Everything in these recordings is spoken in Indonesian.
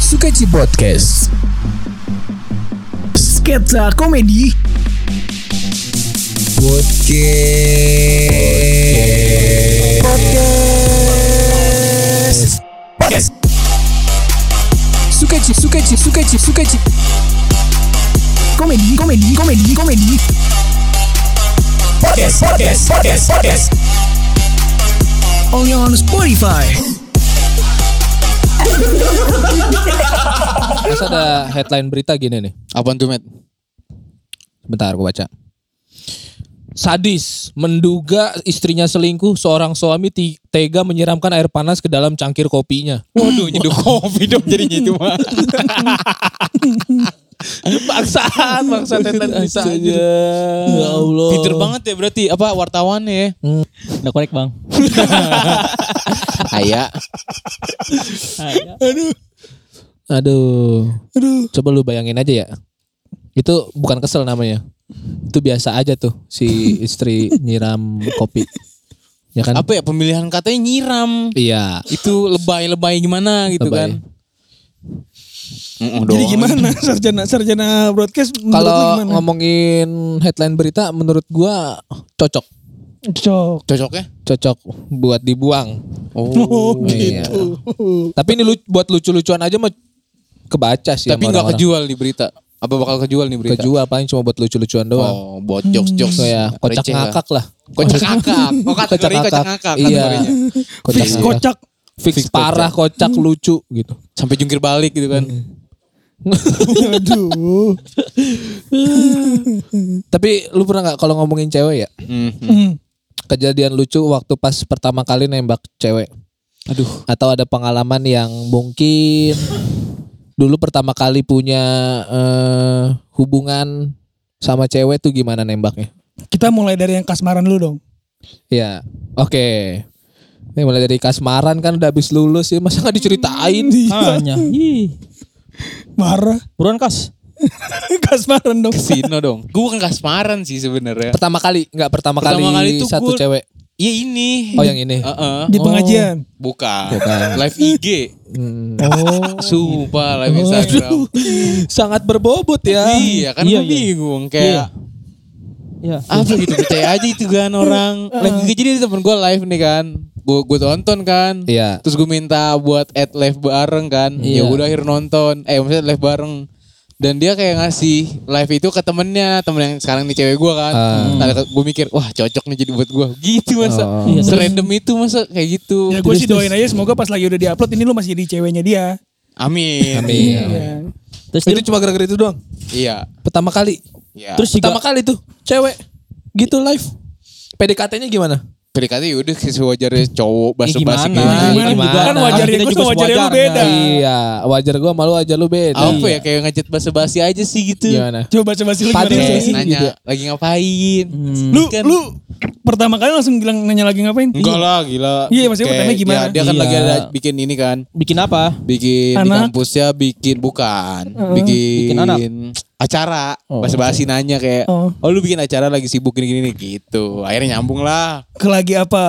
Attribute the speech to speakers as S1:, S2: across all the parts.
S1: Sketchy Podcast Sketsa Komedi Podcast Podcast Podcast Sketchy, Sketchy, Sketchy, Sketchy Komedi, komedi, komedi, komedi Podcast, podcast, podcast, podcast Only on Spotify
S2: Terus ada headline berita gini nih.
S3: Apaan tuh, Matt?
S2: Bentar aku baca. Sadis menduga istrinya selingkuh, seorang suami ti- tega menyiramkan air panas ke dalam cangkir kopinya.
S3: Waduh, nyeduh kopi dong jadinya itu mah.
S2: Bangsaan, bangsaan headline berita.
S3: Astaga.
S2: Ya Allah.
S3: Pinter banget ya berarti apa wartawannya ya.
S2: Hmm.
S4: Udah korek bang.
S3: Aya.
S2: Aduh. Coba lu bayangin aja ya. Itu bukan kesel namanya. Itu biasa aja tuh si istri nyiram kopi. Ya kan?
S3: Apa ya pemilihan katanya nyiram.
S2: Iya.
S3: Itu lebay-lebay gimana gitu
S2: Lebay.
S3: kan. Mm-mm
S5: Jadi
S3: doang.
S5: gimana sarjana sarjana broadcast menurut lu
S2: Kalau
S5: gimana?
S2: ngomongin headline berita menurut gua cocok.
S5: Cok.
S3: Cocoknya?
S2: cocok buat dibuang.
S3: Oh.
S2: Iya. Tapi ini lu- buat lucu-lucuan aja mah kebaca sih.
S3: Tapi nggak kejual di berita. Apa bakal kejual nih berita?
S2: Kejual paling cuma buat lucu-lucuan doang.
S3: Oh, buat jokes-jokes
S2: Kayak kocak
S3: receh lah.
S2: ngakak lah.
S3: Kocak ngakak. Oh, kategori kocak ngakak
S2: Iya.
S3: kategorinya.
S2: Kocak
S5: Fix
S2: ngakak.
S5: kocak.
S2: Fix
S3: Fix
S2: parah kocak lucu gitu.
S3: Sampai jungkir balik gitu kan.
S2: Hmm.
S5: Aduh.
S2: Tapi lu pernah nggak kalau ngomongin cewek ya?
S3: Mhm.
S5: Hmm.
S2: Kejadian lucu waktu pas pertama kali nembak cewek.
S3: Aduh.
S2: Atau ada pengalaman yang mungkin dulu pertama kali punya eh, hubungan sama cewek tuh gimana nembaknya?
S5: Kita mulai dari yang kasmaran lu dong.
S2: Ya, oke. Ini mulai dari kasmaran kan udah habis lulus ya, masa nggak diceritain?
S3: Hmm.
S4: Hanya. Ih.
S5: Marah.
S4: Buruan kas.
S5: kasmaran dong.
S3: Sino dong. Gue bukan kasmaran sih sebenarnya.
S2: pertama kali, nggak pertama,
S3: Pertama kali
S2: kali,
S3: tuh
S2: satu
S3: gua-
S2: cewek.
S3: Iya ini.
S2: Oh yang ini.
S3: Heeh.
S5: Di pengajian.
S3: Bukan.
S2: Bukan.
S3: Live IG.
S2: Hmm.
S4: Oh.
S3: Sumpah live Instagram.
S2: Sangat berbobot ya.
S3: Iya kan
S4: Iya,
S3: gue
S4: iya.
S3: bingung kayak
S4: ya.
S3: apa gitu percaya aja itu kan orang. Live IG jadi temen gue live nih kan. Gue gue tonton kan.
S2: Iya.
S3: Terus gue minta buat add live bareng kan.
S2: Iya.
S3: Ya udah akhir nonton. Eh maksudnya live bareng. Dan dia kayak ngasih live itu ke temennya, temen yang sekarang nih cewek gue kan. gue mikir, wah cocok nih jadi buat gue. Gitu masa,
S2: Oh.
S4: Ah. Iya, terus. Iya,
S3: serandom itu masa kayak gitu.
S5: Ya gue sih doain aja semoga pas lagi udah diupload ini lu masih jadi ceweknya dia.
S3: Amin.
S2: Amin.
S5: Iya.
S4: Terus dia,
S2: Itu cuma gara-gara itu doang.
S3: Iya.
S2: Pertama kali.
S3: Iya.
S4: terus juga
S2: Pertama kali tuh cewek gitu live. PDKT-nya gimana?
S3: PDKT yaudah sewajarnya cowok
S4: ya
S3: basa basi
S4: gimana?
S2: Gimana?
S4: Kan wajarnya
S5: Kita
S4: gue
S5: juga
S4: sama wajarnya lu beda.
S5: sewajarnya.
S2: Iya, wajar gua malu aja lu beda.
S3: Apa ya
S5: Gitu.
S3: kayak ngajat
S5: Iya.
S3: basa basi aja sih gitu.
S2: Gimana?
S5: Coba coba sih lu
S2: Padahal
S5: gimana
S3: Terus
S2: sih?
S5: sih?
S3: nanya
S2: gitu.
S3: lagi ngapain?
S5: Lu lu pertama kali langsung bilang nanya lagi ngapain?
S3: Kan enggak lah gila.
S5: Iya, maksudnya
S3: Kayak-
S5: pertanyaan gimana?
S3: ya, dia kan
S2: Iya.
S3: lagi ada bikin ini kan.
S4: bikin apa?
S3: Bikin di
S5: Anak.
S3: kampusnya bikin bukan, bikin,
S4: Bikin anak.
S3: acara. basa basi nanya kayak,
S5: Oh.
S3: oh. lu bikin acara lagi sibuk gini gini nih gitu." Akhirnya nyambung lah. Iya,
S5: Ke lagi apa?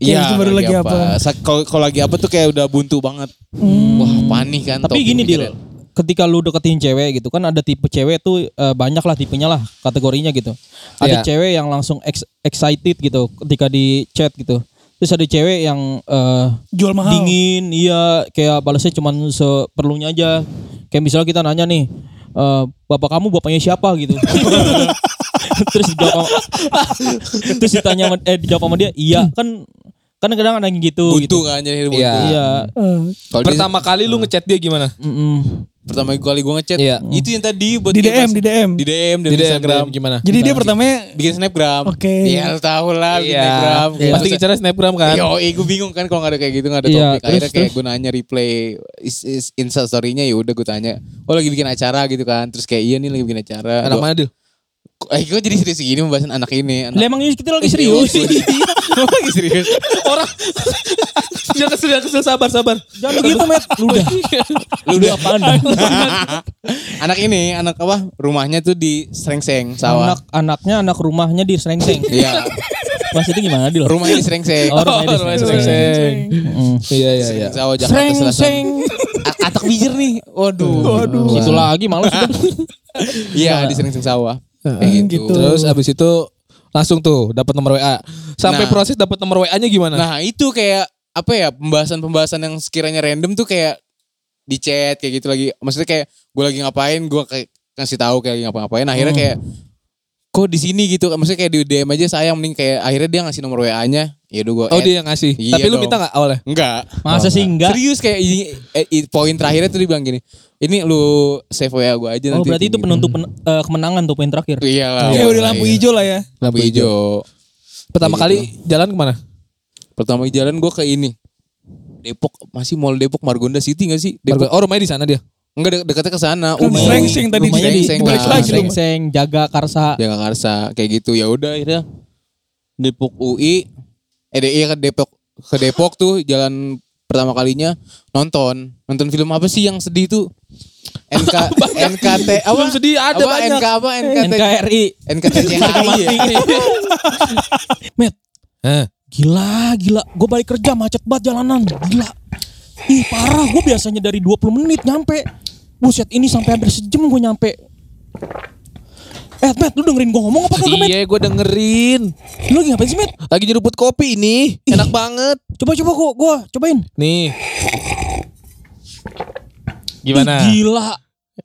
S5: Kayak itu baru lagi apa? Hmm.
S3: Sa- Kalau kalau lagi apa tuh kayak udah buntu banget. Wah, panik kan.
S4: Tapi
S3: topik
S4: gini
S3: pikiran.
S4: deal. ya. Ketika lu deketin cewek gitu kan ada tipe cewek tuh eh, banyak lah tipenya lah kategorinya gitu. Ada
S2: Iya.
S4: cewek yang langsung ex- excited gitu ketika di chat gitu. Terus ada cewek yang eh,
S5: Jual mahal.
S4: dingin iya kayak balasnya cuman seperlunya aja kayak misalnya kita nanya nih eh, bapak kamu bapaknya siapa gitu terus dijawab sama- terus ditanya sama- eh dijawab sama dia iya kan kan kadang ada yang gitu
S3: buntu
S4: gitu
S3: kan jadi buntu.
S2: Iya.
S4: iya
S5: Eh,
S3: Kalau dia-
S2: Pertama kali lu ngechat dia gimana?
S4: mm-mm.
S3: pertama kali gue ngechat
S2: Iya.
S3: itu yang tadi buat
S5: Di
S3: dia
S5: DM,
S3: pas-
S5: di DM.
S3: di DM dari
S2: Di DM,
S3: Instagram
S2: DM gimana?
S5: Jadi dia pertamanya
S3: bikin snapgram
S5: Oke.
S3: ya lu tau lah bikin snapgram
S2: Iya. Pasti
S3: kita
S2: bicara snapgram kan?
S3: Yo, gue bingung kan kalau gak ada kayak gitu gak ada
S4: Iya,
S3: topik. Akhirnya
S4: terus,
S3: kayak
S4: terus.
S3: gue nanya replay is, is insta story-nya ya udah gue tanya. Oh lagi bikin acara gitu kan. Terus kayak iya nih lagi bikin acara.
S2: Anak
S3: Gua-
S2: mana Dil?
S3: Eh gue jadi serius gini pembahasan anak ini. Anak
S4: Lah, emang ini kita lagi serius
S3: Iya, Gua lagi serius.
S2: orang jangan kesel jangan kesel sabar sabar
S4: jangan
S2: gitu,
S4: begitu met lu udah
S3: Iya.
S4: lu udah apaan dah?
S3: anak ini anak apa? Rumahnya tuh di Srengseng sawah.
S4: anak anaknya anak rumahnya di Srengseng
S3: Iya.
S4: Mas itu gimana Dil?
S3: Rumahnya di Srengseng.
S4: Oh, rumahnya di Srengseng. Mm.
S2: Iya iya iya.
S3: Srengseng Jawa Jakarta Selatan. A- Atak bijir nih. Waduh. Waduh.
S4: Situ lagi males udah.
S3: Iya di Srengseng Sawah.
S2: Heeh.
S5: gitu.
S2: Terus abis itu langsung tuh dapat nomor WA. Sampai
S3: Nah.
S2: proses dapat nomor WA-nya gimana?
S3: Nah itu kayak apa ya pembahasan-pembahasan yang sekiranya random tuh kayak di chat kayak gitu lagi. Maksudnya kayak gue lagi ngapain, gue kayak kasih tahu kayak lagi ngapa-ngapain. Akhirnya kayak kok di sini gitu. Maksudnya kayak di DM aja sayang mending kayak akhirnya dia ngasih nomor WA-nya. Ya udah gue
S2: oh dia yang ngasih.
S3: Iya
S2: Tapi lu
S3: dong.
S2: minta nggak awalnya?
S3: Enggak.
S4: Masa sih enggak?
S3: Serius kayak i- eh, i- poin terakhirnya tuh dibilang gini. Ini lu save WA gue aja
S4: Oh
S3: nanti.
S4: berarti itu
S3: Gitu.
S4: penuntut pen- eh, kemenangan tuh poin terakhir.
S3: Iyalah. Iya,
S5: Kayak "Eh, udah lampu hijau lah ya.
S3: Lampu hijau.
S2: Pertama
S3: Iya
S2: kali
S3: gitu.
S2: jalan kemana?
S3: Pertama kali jalan gue ke ini. Depok masih Mall Depok Margonda City gak sih? Depok
S2: Margo- Oh rumahnya di sana dia.
S3: Enggak de- dekatnya ke sana.
S5: Kan
S3: Umi.
S5: Srengseng tadi
S4: Rumahnya di
S3: Srengseng
S5: balik
S3: lah.
S5: lagi
S3: Srengseng.
S5: rumah.
S4: Seng jaga karsa.
S3: Jagakarsa kayak gitu. Ya udah akhirnya Depok UI eh DI ke Depok ke Depok tuh jalan pertama kalinya nonton. Nonton film apa sih yang sedih tuh? NK NKT apa?
S2: Film sedih ada
S3: apa,
S2: banyak.
S3: NK apa NKT
S4: NKRI.
S3: NKTCHI ya?
S4: Met,
S2: Heeh.
S4: gila, gila. Gue balik kerja macet banget jalanan. Gila. Ih parah, gue biasanya dari 20 menit nyampe. Buset ini sampai hampir sejam gue nyampe. Eh, Met, lu dengerin gue ngomong apa kagak, Met?
S2: Iya gue dengerin.
S4: Lu lagi ngapain sih, Met?
S2: Lagi nyeruput kopi ini. Enak banget.
S4: Coba, coba, gue, gue cobain.
S2: Nih.
S4: Ih,
S2: Gimana?
S4: Gila.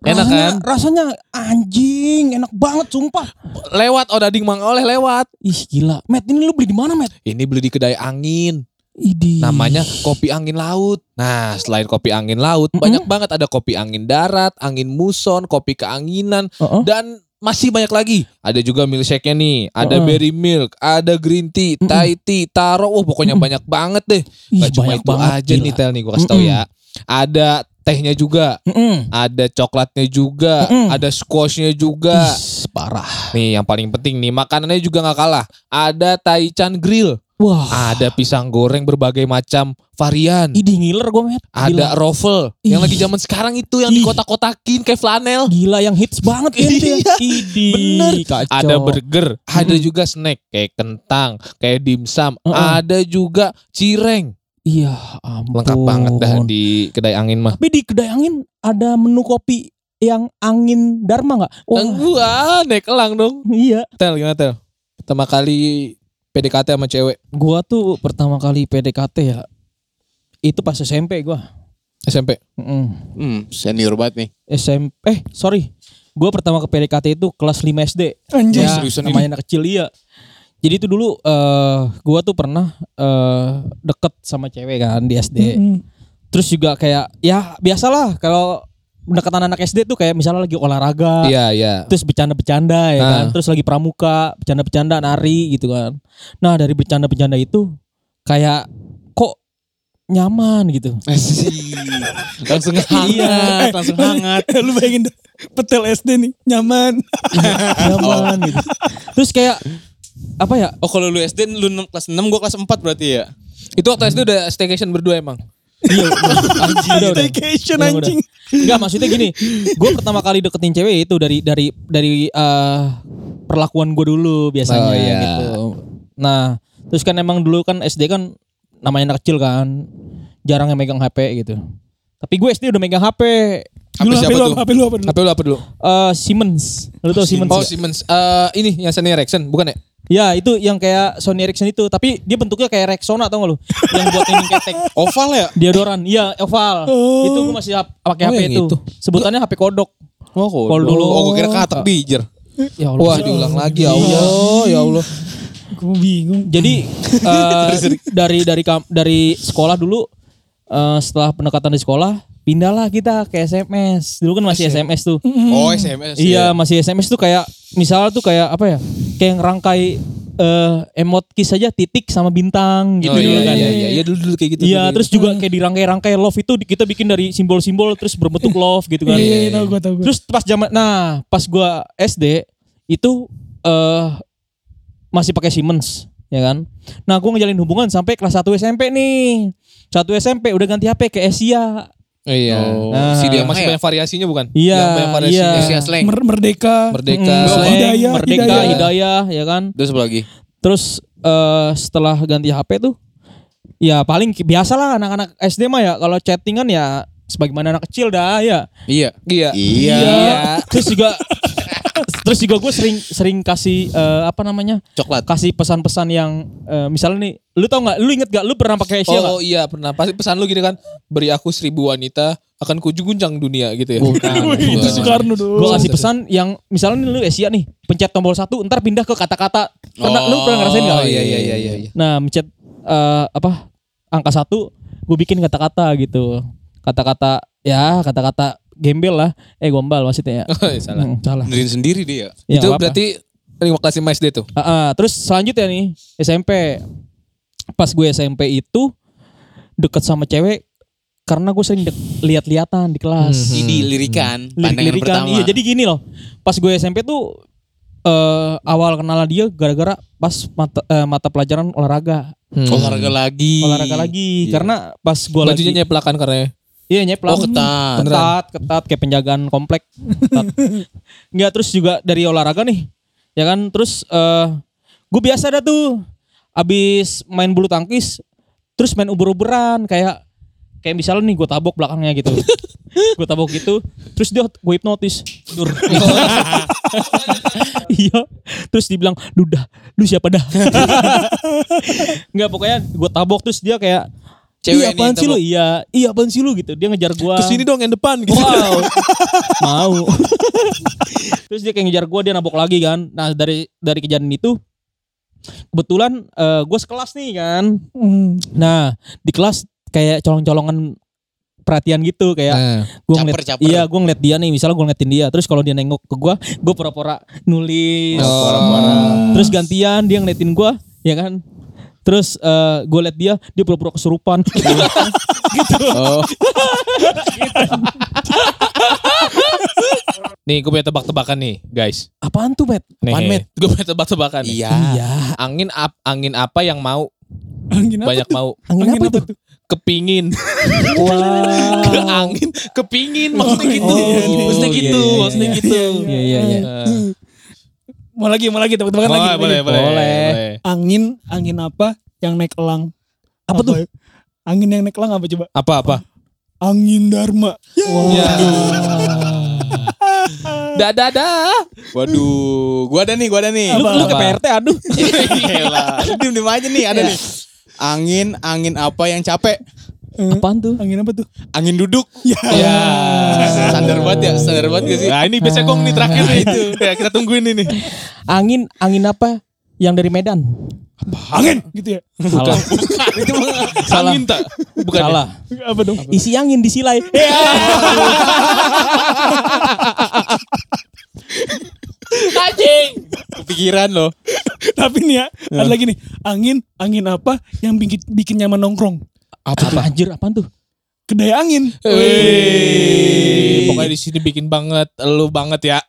S2: Enak
S4: rasanya,
S2: kan?
S4: Rasanya anjing, enak banget sumpah.
S2: Lewat oh dading mang oleh lewat.
S4: Ih gila. Matt ini lu beli di mana, Matt?
S2: Ini beli di kedai angin.
S4: Idi.
S2: Namanya kopi angin laut. Nah, selain kopi angin laut, banyak banget ada kopi angin darat, angin muson, kopi keanginan,
S4: Heeh.
S2: dan masih banyak lagi. Ada juga milkshake-nya nih, ada
S4: Heeh.
S2: berry milk, ada green tea, Thai tea, taro. Wah, pokoknya banyak banget deh.
S4: Ih,
S2: Gak cuma
S4: banyak
S2: itu
S4: banget,
S2: aja
S4: gila.
S2: nih Tel nih gua kasih tau
S4: Mm-mm.
S2: ya. Ada tehnya juga,
S4: Heeh.
S2: ada coklatnya juga,
S4: Mm-mm.
S2: ada squashnya juga.
S4: Ih, parah.
S2: Nih yang paling penting nih makanannya juga nggak kalah. Ada Taichan Grill,
S4: Wah.
S2: ada pisang goreng berbagai macam varian,
S4: Idi ngiler gue, Matt.
S2: ada
S4: Gila.
S2: rovel yang
S4: Ih.
S2: lagi zaman sekarang itu yang
S4: Ih.
S2: dikotak-kotakin kayak flanel.
S4: Gila yang hits banget kan itu ya.
S2: Iya,
S4: Idi.
S2: bener.
S4: Kacau.
S2: Ada burger, ada juga snack kayak kentang, kayak dimsum,
S4: Heeh.
S2: ada juga cireng.
S4: Iya, ampun.
S2: Lengkap banget dah di kedai angin mah.
S4: Tapi di kedai angin ada menu kopi yang angin Dharma nggak? Wah,
S2: Wah, naik elang dong.
S4: iya.
S2: Tel gimana Tel? Pertama kali PDKT sama cewek
S4: Gua tuh pertama kali PDKT ya. Itu pas SMP gua.
S2: SMP.
S4: Heeh.
S3: Hmm, senior banget nih.
S4: SMP eh sorry gue pertama ke PDKT itu kelas 5 SD
S5: Anjing.
S4: ya,
S3: seriusan
S4: namanya anak kecil iya jadi itu dulu eh gue tuh pernah eh deket sama cewek kan di SD
S5: Mm-mm.
S4: terus juga kayak ya biasalah kalau deketan anak SD tuh kayak misalnya lagi olahraga
S2: Iya, iya.
S4: terus bercanda-bercanda ya
S2: Ah.
S4: kan terus lagi pramuka bercanda-bercanda nari gitu kan nah dari bercanda-bercanda itu kayak kok nyaman gitu
S3: Oh. langsung
S4: Iya.
S3: hangat, langsung
S5: Iya.
S3: hangat.
S5: Lu bayangin dah, petel SD nih, nyaman.
S4: nyaman gitu terus kayak apa ya
S3: Oh kalau lu SD lu enam- kelas 6 gua kelas 4 berarti ya?
S2: Itu waktu SD udah staycation berdua emang.
S4: Iya, anjing. Udah, udah.
S5: Staycation
S4: Udah,
S5: anjing.
S4: udah. Enggak, maksudnya gini, gue pertama kali deketin cewek itu dari dari dari eh, perlakuan gue dulu biasanya
S2: Oh, iya.
S4: gitu. Nah, terus kan emang dulu kan SD kan namanya anak kecil kan, jarang yang megang HP gitu. Tapi gue SD udah megang HP
S5: Dulu
S3: Apa
S5: HP
S3: siapa tuh?
S5: lu apa? HP lu apa dulu?
S2: Tapi lu apa dulu?
S4: eh, Siemens. Lu tau Siemens? ya?
S2: Oh,
S4: nggak?
S2: Siemens. Eh, ini yang Sony Ericsson, bukan ya?
S4: Ya, itu yang kayak Sony Ericsson itu, tapi dia bentuknya kayak Rexona tau gak lu? yang buat ini ketek.
S2: Oh.
S3: Oval ya?
S4: Deodoran, iya oval. Itu gue masih hap- pakai
S2: Oh,
S4: HP
S2: yang
S4: itu.
S2: itu.
S4: Sebutannya HP kodok.
S3: Oh,
S4: Kol dulu. Iya.
S3: Oh, gua kira katak bijer.
S4: Ya Allah.
S2: Wah, diulang lagi ya Allah, ya Allah.
S5: Gue bingung.
S4: Jadi eh, dari dari kam- dari sekolah dulu eh, setelah pendekatan di sekolah pindahlah kita ke SMS. Dulu kan masih SMS tuh.
S3: Oh, SMS. ya.
S4: Iya, masih SMS tuh kayak misalnya tuh kayak apa ya? Kayak ngerangkai eh, emot kiss aja titik sama bintang
S2: Oh,
S4: gitu dulu
S2: iya,
S4: kan.
S2: iya, iya, iya, dulu dulu kayak gitu. dulu.
S4: Iya, terus juga kayak dirangkai-rangkai love itu di- kita bikin dari simbol-simbol terus berbentuk love gitu kan.
S5: Iya, iya, tau gue, tau gue.
S4: Terus pas zaman nah, pas gua SD itu eh masih pakai Siemens, ya kan. Nah, gua ngejalin hubungan sampai kelas 1 SMP nih. 1 SMP udah ganti HP ke Asia.
S2: iya.
S3: Oh.
S2: Nah, si dia
S3: Emang
S2: masih
S3: ya?
S2: banyak variasinya bukan?
S4: Iya,
S2: Yang banyak variasinya.
S4: iya. Hmm,
S3: Asia Slang.
S5: Mer- merdeka.
S2: Merdeka. Oh,
S4: Slang,
S5: Hidayah,
S4: Mm, Merdeka,
S5: Hidayah.
S4: Hidayah, ya kan.
S3: Terus apa lagi?
S4: Terus eh, setelah ganti HP tuh ya paling ki- biasa lah anak-anak SD mah ya kalau chattingan ya sebagaimana anak kecil dah ya.
S3: Iya.
S2: Iya.
S3: Iya.
S4: Terus juga terus juga gue sering sering kasih eh, apa namanya?
S3: Coklat.
S4: Kasih pesan-pesan yang eh, misalnya nih, lu tau nggak? Lu inget gak? Lu pernah pakai Asia
S2: Oh,
S4: nggak?
S2: iya pernah. Pasti pesan lu gini kan, beri aku seribu wanita akan kuju guncang dunia gitu ya.
S5: Wih, itu Soekarno dong.
S4: Gue kasih pesan yang misalnya nih lu Asia nih, pencet tombol satu, ntar pindah ke kata-kata. Pernah, lu pernah ngerasain nggak?
S2: Oh iya iya iya iya. iya.
S4: Nah, mencet eh, apa angka satu, gue bikin kata-kata gitu, kata-kata ya kata-kata gembel lah, eh gombal maksudnya ya.
S2: Salah.
S4: Hmm, salah.
S3: Dengerin sendiri dia.
S4: Ya,
S2: itu
S4: nggak apa-apa.
S2: berarti lima kelas lima SD tuh.
S4: Ah, ah. terus selanjutnya nih SMP, pas gue SMP itu deket sama cewek karena gue sering dek- lihat-lihatan di kelas.
S3: Ini lirikan, Mhm. pandangan
S4: Hmm. lirik-lirikan.
S3: pertama.
S4: Iya, jadi gini loh. Pas gue SMP tuh eh awal kenalan dia gara-gara pas mata eh, mata pelajaran olahraga.
S3: olahraga lagi.
S4: Olahraga lagi
S3: iya.
S4: karena pas gue lagi
S2: Bajunya nyepelakan karena ya.
S4: Iya nyeplang. Hmm,
S3: Oh, ketat.
S4: Ketat, ketat kayak penjagaan komplek. Ketat. Enggak terus juga dari olahraga nih. Ya kan terus eh gue biasa dah tuh abis main bulu tangkis terus main ubur-uburan kayak kayak misalnya nih gue tabok belakangnya gitu. gue tabok gitu terus dia gue hipnotis. Dur. iya. Terus dibilang, "Dudah, lu siapa dah?" Enggak pokoknya gue tabok terus dia kayak
S3: Cewek
S4: iya
S3: nih
S4: apaan sih lu?
S3: tabok.
S4: Iya, iya apaan sih lu gitu. Dia ngejar gua.
S2: kesini dong yang depan gitu.
S4: Wow. Mau. Terus dia kayak ngejar gua, dia nabok lagi kan. Nah, dari dari kejadian itu kebetulan eh, gua sekelas nih kan.
S5: Hmm.
S4: Nah, di kelas kayak colong-colongan perhatian gitu kayak
S2: Nah,
S4: gua ngeliat
S3: Caper-caper.
S4: iya gua ngeliat dia nih misalnya gua ngeliatin dia terus kalau dia nengok ke gua gua pura-pura nulis terus gantian dia ngeliatin gua ya kan terus eh, gua liat dia dia pura-pura kesurupan
S2: nih gue punya tebak-tebakan nih, guys.
S4: apaan tuh Matt
S2: Nih,
S3: Apaan, Met?
S2: gue punya tebak-tebakan. nih.
S3: Iya.
S4: iya
S2: Angin ap, angin apa yang mau
S5: Angin apa
S2: banyak
S5: tuh?
S2: mau
S4: angin,
S5: Angin
S4: apa,
S5: apa
S4: itu
S2: kepingin
S4: Wah.
S2: ke angin kepingin maksudnya gitu
S4: Oh,
S2: maksudnya gitu
S4: iya, iya,
S2: maksudnya
S4: iya.
S2: gitu
S4: Iya iya iya.
S2: Eh,
S5: Mau lagi, mau lagi, tebak-tebakan lagi.
S2: boleh,
S5: tebak
S2: boleh
S5: lagi.
S2: boleh
S4: Boleh.
S2: boleh.
S5: Angin, angin apa yang naik elang? Apa, tuh? Angin yang naik elang apa coba?
S2: apa apa
S5: Angin Dharma.
S2: ya. dadah dadah
S3: Waduh, gua ada nih, gua ada nih.
S4: Lu, lu ke PRT aduh.
S3: Dim dim aja nih, ada nih. Angin, angin apa yang capek?
S5: Eh,
S4: Apaan tuh?
S5: Angin apa tuh?
S3: Angin duduk.
S5: Iya.
S3: Ya. Standar banget ya, standar banget gak sih? Nah,
S2: nah ini biasanya gong nih terakhir nih itu ya kita tungguin ini
S4: Angin angin apa yang dari Medan?
S5: Angin gitu ya.
S4: Salah.
S2: itu mah
S4: Salah.
S2: angin tak bukan ya?
S4: Salah.
S5: Apa dong?
S4: Isi angin disilai.
S2: anjing
S3: Kepikiran loh.
S5: Tapi nih ya, ada lagi nih. Angin, angin apa yang bikin bikin nyaman nongkrong?
S4: Apa tuh? Anjir apaan tuh?
S5: Kedai angin.
S2: Eh. Wih. pokoknya di sini bikin banget lu banget ya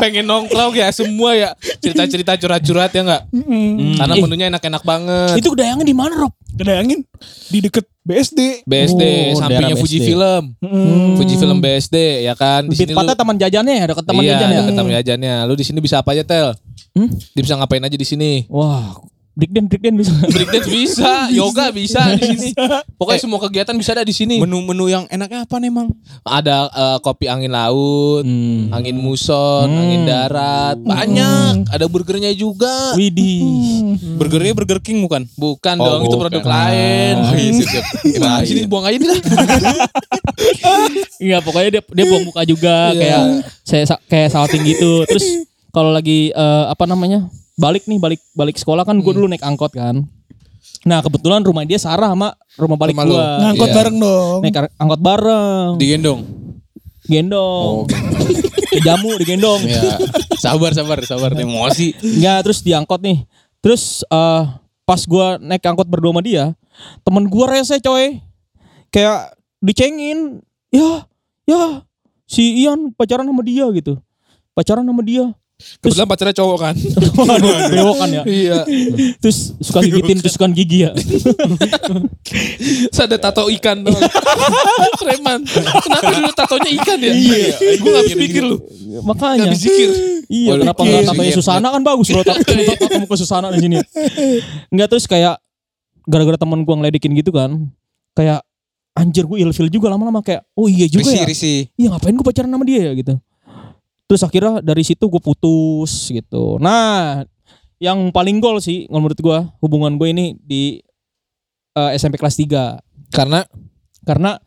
S2: pengen nongkrong ya semua ya cerita-cerita curhat-curhat ya nggak
S5: Mm-mm.
S2: karena
S4: Ih.
S2: menunya enak-enak banget
S4: Itu kedai angin di mana, Rob?
S5: Kedai angin di deket BSD.
S2: BSD
S4: Oh,
S2: sampingnya
S4: daerah
S2: Fuji
S4: BSD.
S2: Film.
S5: Mm.
S2: Fuji Film BSD ya kan. Di
S4: Di
S2: sini lu
S4: tempatnya taman jajannya ya, dekat taman
S2: iya,
S4: jajan ya.
S2: deket taman jajannya. Lu di sini bisa apa aja, Tel?
S4: Hmm?
S2: Dia bisa ngapain aja di sini?
S4: Wah, breakdown breakdown bisa.
S2: Breakdance bisa, yoga bisa di sini. Pokoknya semua kegiatan bisa ada di sini.
S3: Menu-menu yang enaknya apa nih, Mang?
S2: Ada eh, kopi angin laut,
S4: Hmm.
S2: angin muson, angin darat, banyak. Ada burgernya juga.
S4: Widih.
S3: Burgernya Burger King bukan?
S2: Bukan
S3: Oh,
S2: dong, itu
S3: bukan.
S2: produk lain.
S3: Oh, iya, sip, sip.
S2: Nah,
S3: Iya.
S2: sini buang aja nih lah.
S4: Iya, pokoknya dia dia buang muka juga
S2: Iya.
S4: kayak saya sa- kayak salting gitu. Terus kalau lagi eh, apa namanya? balik nih balik balik sekolah kan gue dulu naik angkot kan. Nah, kebetulan rumah dia Sarah sama rumah balik
S2: Rumah lu.
S4: gua.
S5: Ngangkot
S2: Iya.
S5: bareng dong.
S4: Naik ar- angkot bareng,
S3: Digendong.
S4: gendong. Jamu digendong.
S2: Iya.
S3: Ya. Sabar, sabar, sabar. Emosi.
S4: Enggak, terus diangkot nih. Terus eh pas gua naik angkot berdua sama dia, temen gua rese coy. Kayak dicengin. Ya, ya si Ian pacaran sama dia gitu. Pacaran sama dia.
S2: Kebetulan pacarnya cowok kan.
S4: Waduh, bewokan ya.
S2: iya.
S4: Terus suka gigitin, tusukan gigi ya.
S2: Terus ada tato ikan dong. Preman. Kenapa dulu tatonya ikan ya?
S4: Iya.
S2: Gue gak habis pikir lu.
S3: Iya.
S2: Gak
S4: Makanya.
S2: habis pikir.
S4: Iya,
S3: Waduh,
S4: kenapa
S3: iya,
S4: enggak
S3: iya,
S4: katanya
S3: iya.
S4: Susana kan bagus bro. Tato tato muka Susana di sini. Enggak terus kayak gara-gara teman gua ngeledekin gitu kan. Kayak anjir gue ilfil juga lama-lama kayak oh iya juga
S3: Risi,
S4: ya.
S3: risi.
S4: Iya ngapain gue pacaran sama dia ya gitu. Terus akhirnya dari situ gue putus gitu. Nah, yang paling gol sih kalau menurut gue hubungan gue ini di eh, SMP kelas 3
S2: Karena
S4: karena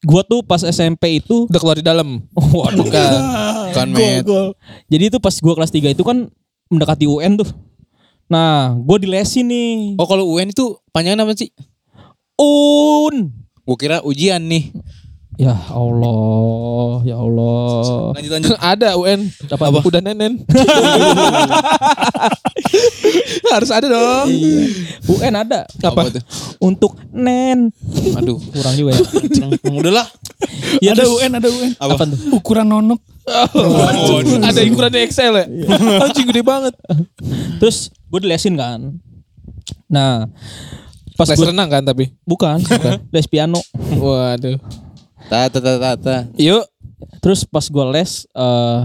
S4: gue tuh pas SMP itu
S2: udah keluar di dalam.
S4: waduh
S3: Bukan, bukan met.
S4: Jadi itu pas gua kelas 3 itu kan mendekati UN tuh. Nah, gua dilesin nih.
S3: Oh kalau UN itu panjangan apa sih?
S4: Un.
S3: Gue kira ujian nih.
S4: Ya Allah, ya Allah.
S3: Lanjut lanjut.
S2: ada UN.
S4: Apa?
S2: Udah nenen. Harus ada dong.
S4: UN ada
S3: Apa? tuh?
S4: untuk nen.
S3: Aduh.
S4: Kurang juga ya.
S3: Udah lah.
S4: Ya,
S5: ada
S4: terus-
S5: UN, ada UN.
S3: Apa?
S4: Apa tuh?
S5: Ukuran nonok.
S2: ada ukurannya XL ya. Anjing gede banget.
S4: Terus gua dilesin kan. Nah, pas
S2: Les
S4: gua,
S2: renang kan tapi.
S4: bukan, les piano.
S2: Waduh.
S3: Ta ta ta ta. ta.
S2: Yuk.
S4: Terus pas gua les eh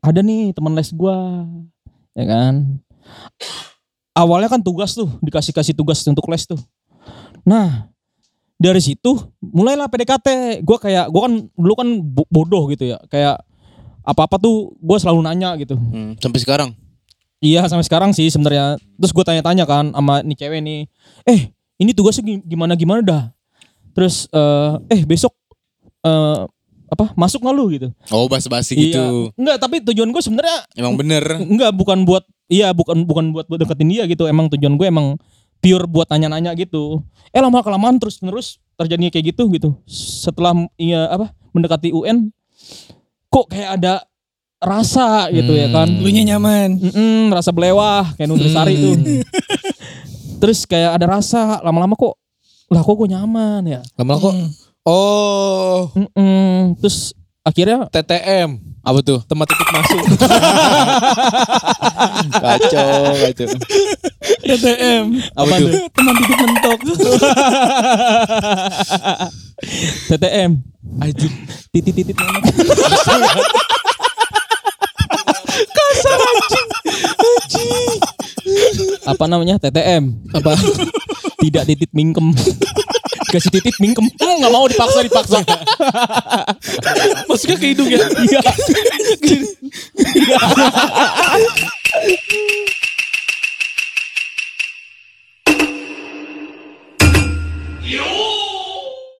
S4: ada nih teman les gua ya kan. Awalnya kan tugas tuh dikasih-kasih tugas untuk les tuh. Nah, dari situ mulailah PDKT. Gua kayak gua kan dulu kan bo- bodoh gitu ya. Kayak apa-apa tuh gua selalu nanya gitu.
S3: Hmm, sampai sekarang.
S4: Iya sampai sekarang sih sebenarnya. Terus gue tanya-tanya kan sama nih cewek nih. Eh ini tugasnya gi- gimana gimana dah. Terus eh, eh besok eh apa masuk nggak lu gitu?
S3: Oh basa-basi gitu.
S4: Iya. Enggak tapi tujuan gue sebenarnya
S3: Emang bener.
S4: enggak bukan buat iya bukan bukan buat deketin dia gitu. Emang tujuan gue emang pure buat nanya-nanya gitu. Eh lama kelamaan terus menerus terjadinya kayak gitu gitu. Setelah iya apa mendekati UN kok kayak ada rasa gitu ya kan.
S5: Lu nyaman.
S4: Mm-mm, rasa belewah kayak Nutrisari
S2: Hmm.
S4: tuh. Terus kayak ada rasa lama-lama kok lah kok gue nyaman ya.
S2: Lama-lama kok. Hmm. Oh.
S4: Mm-mm. Terus akhirnya
S2: TTM.
S3: Apa tuh?
S2: Tempat titik masuk.
S3: Kacau, kacau.
S5: TTM.
S3: Apa tuh?
S5: Teman duduk mentok.
S4: TTM
S3: Aduh.
S4: titit titit mama. apa namanya TTM apa tidak titit mingkem kasih titit mingkem Hmm, nggak mau dipaksa dipaksa
S5: Masuknya ke hidung ya.
S4: Iya.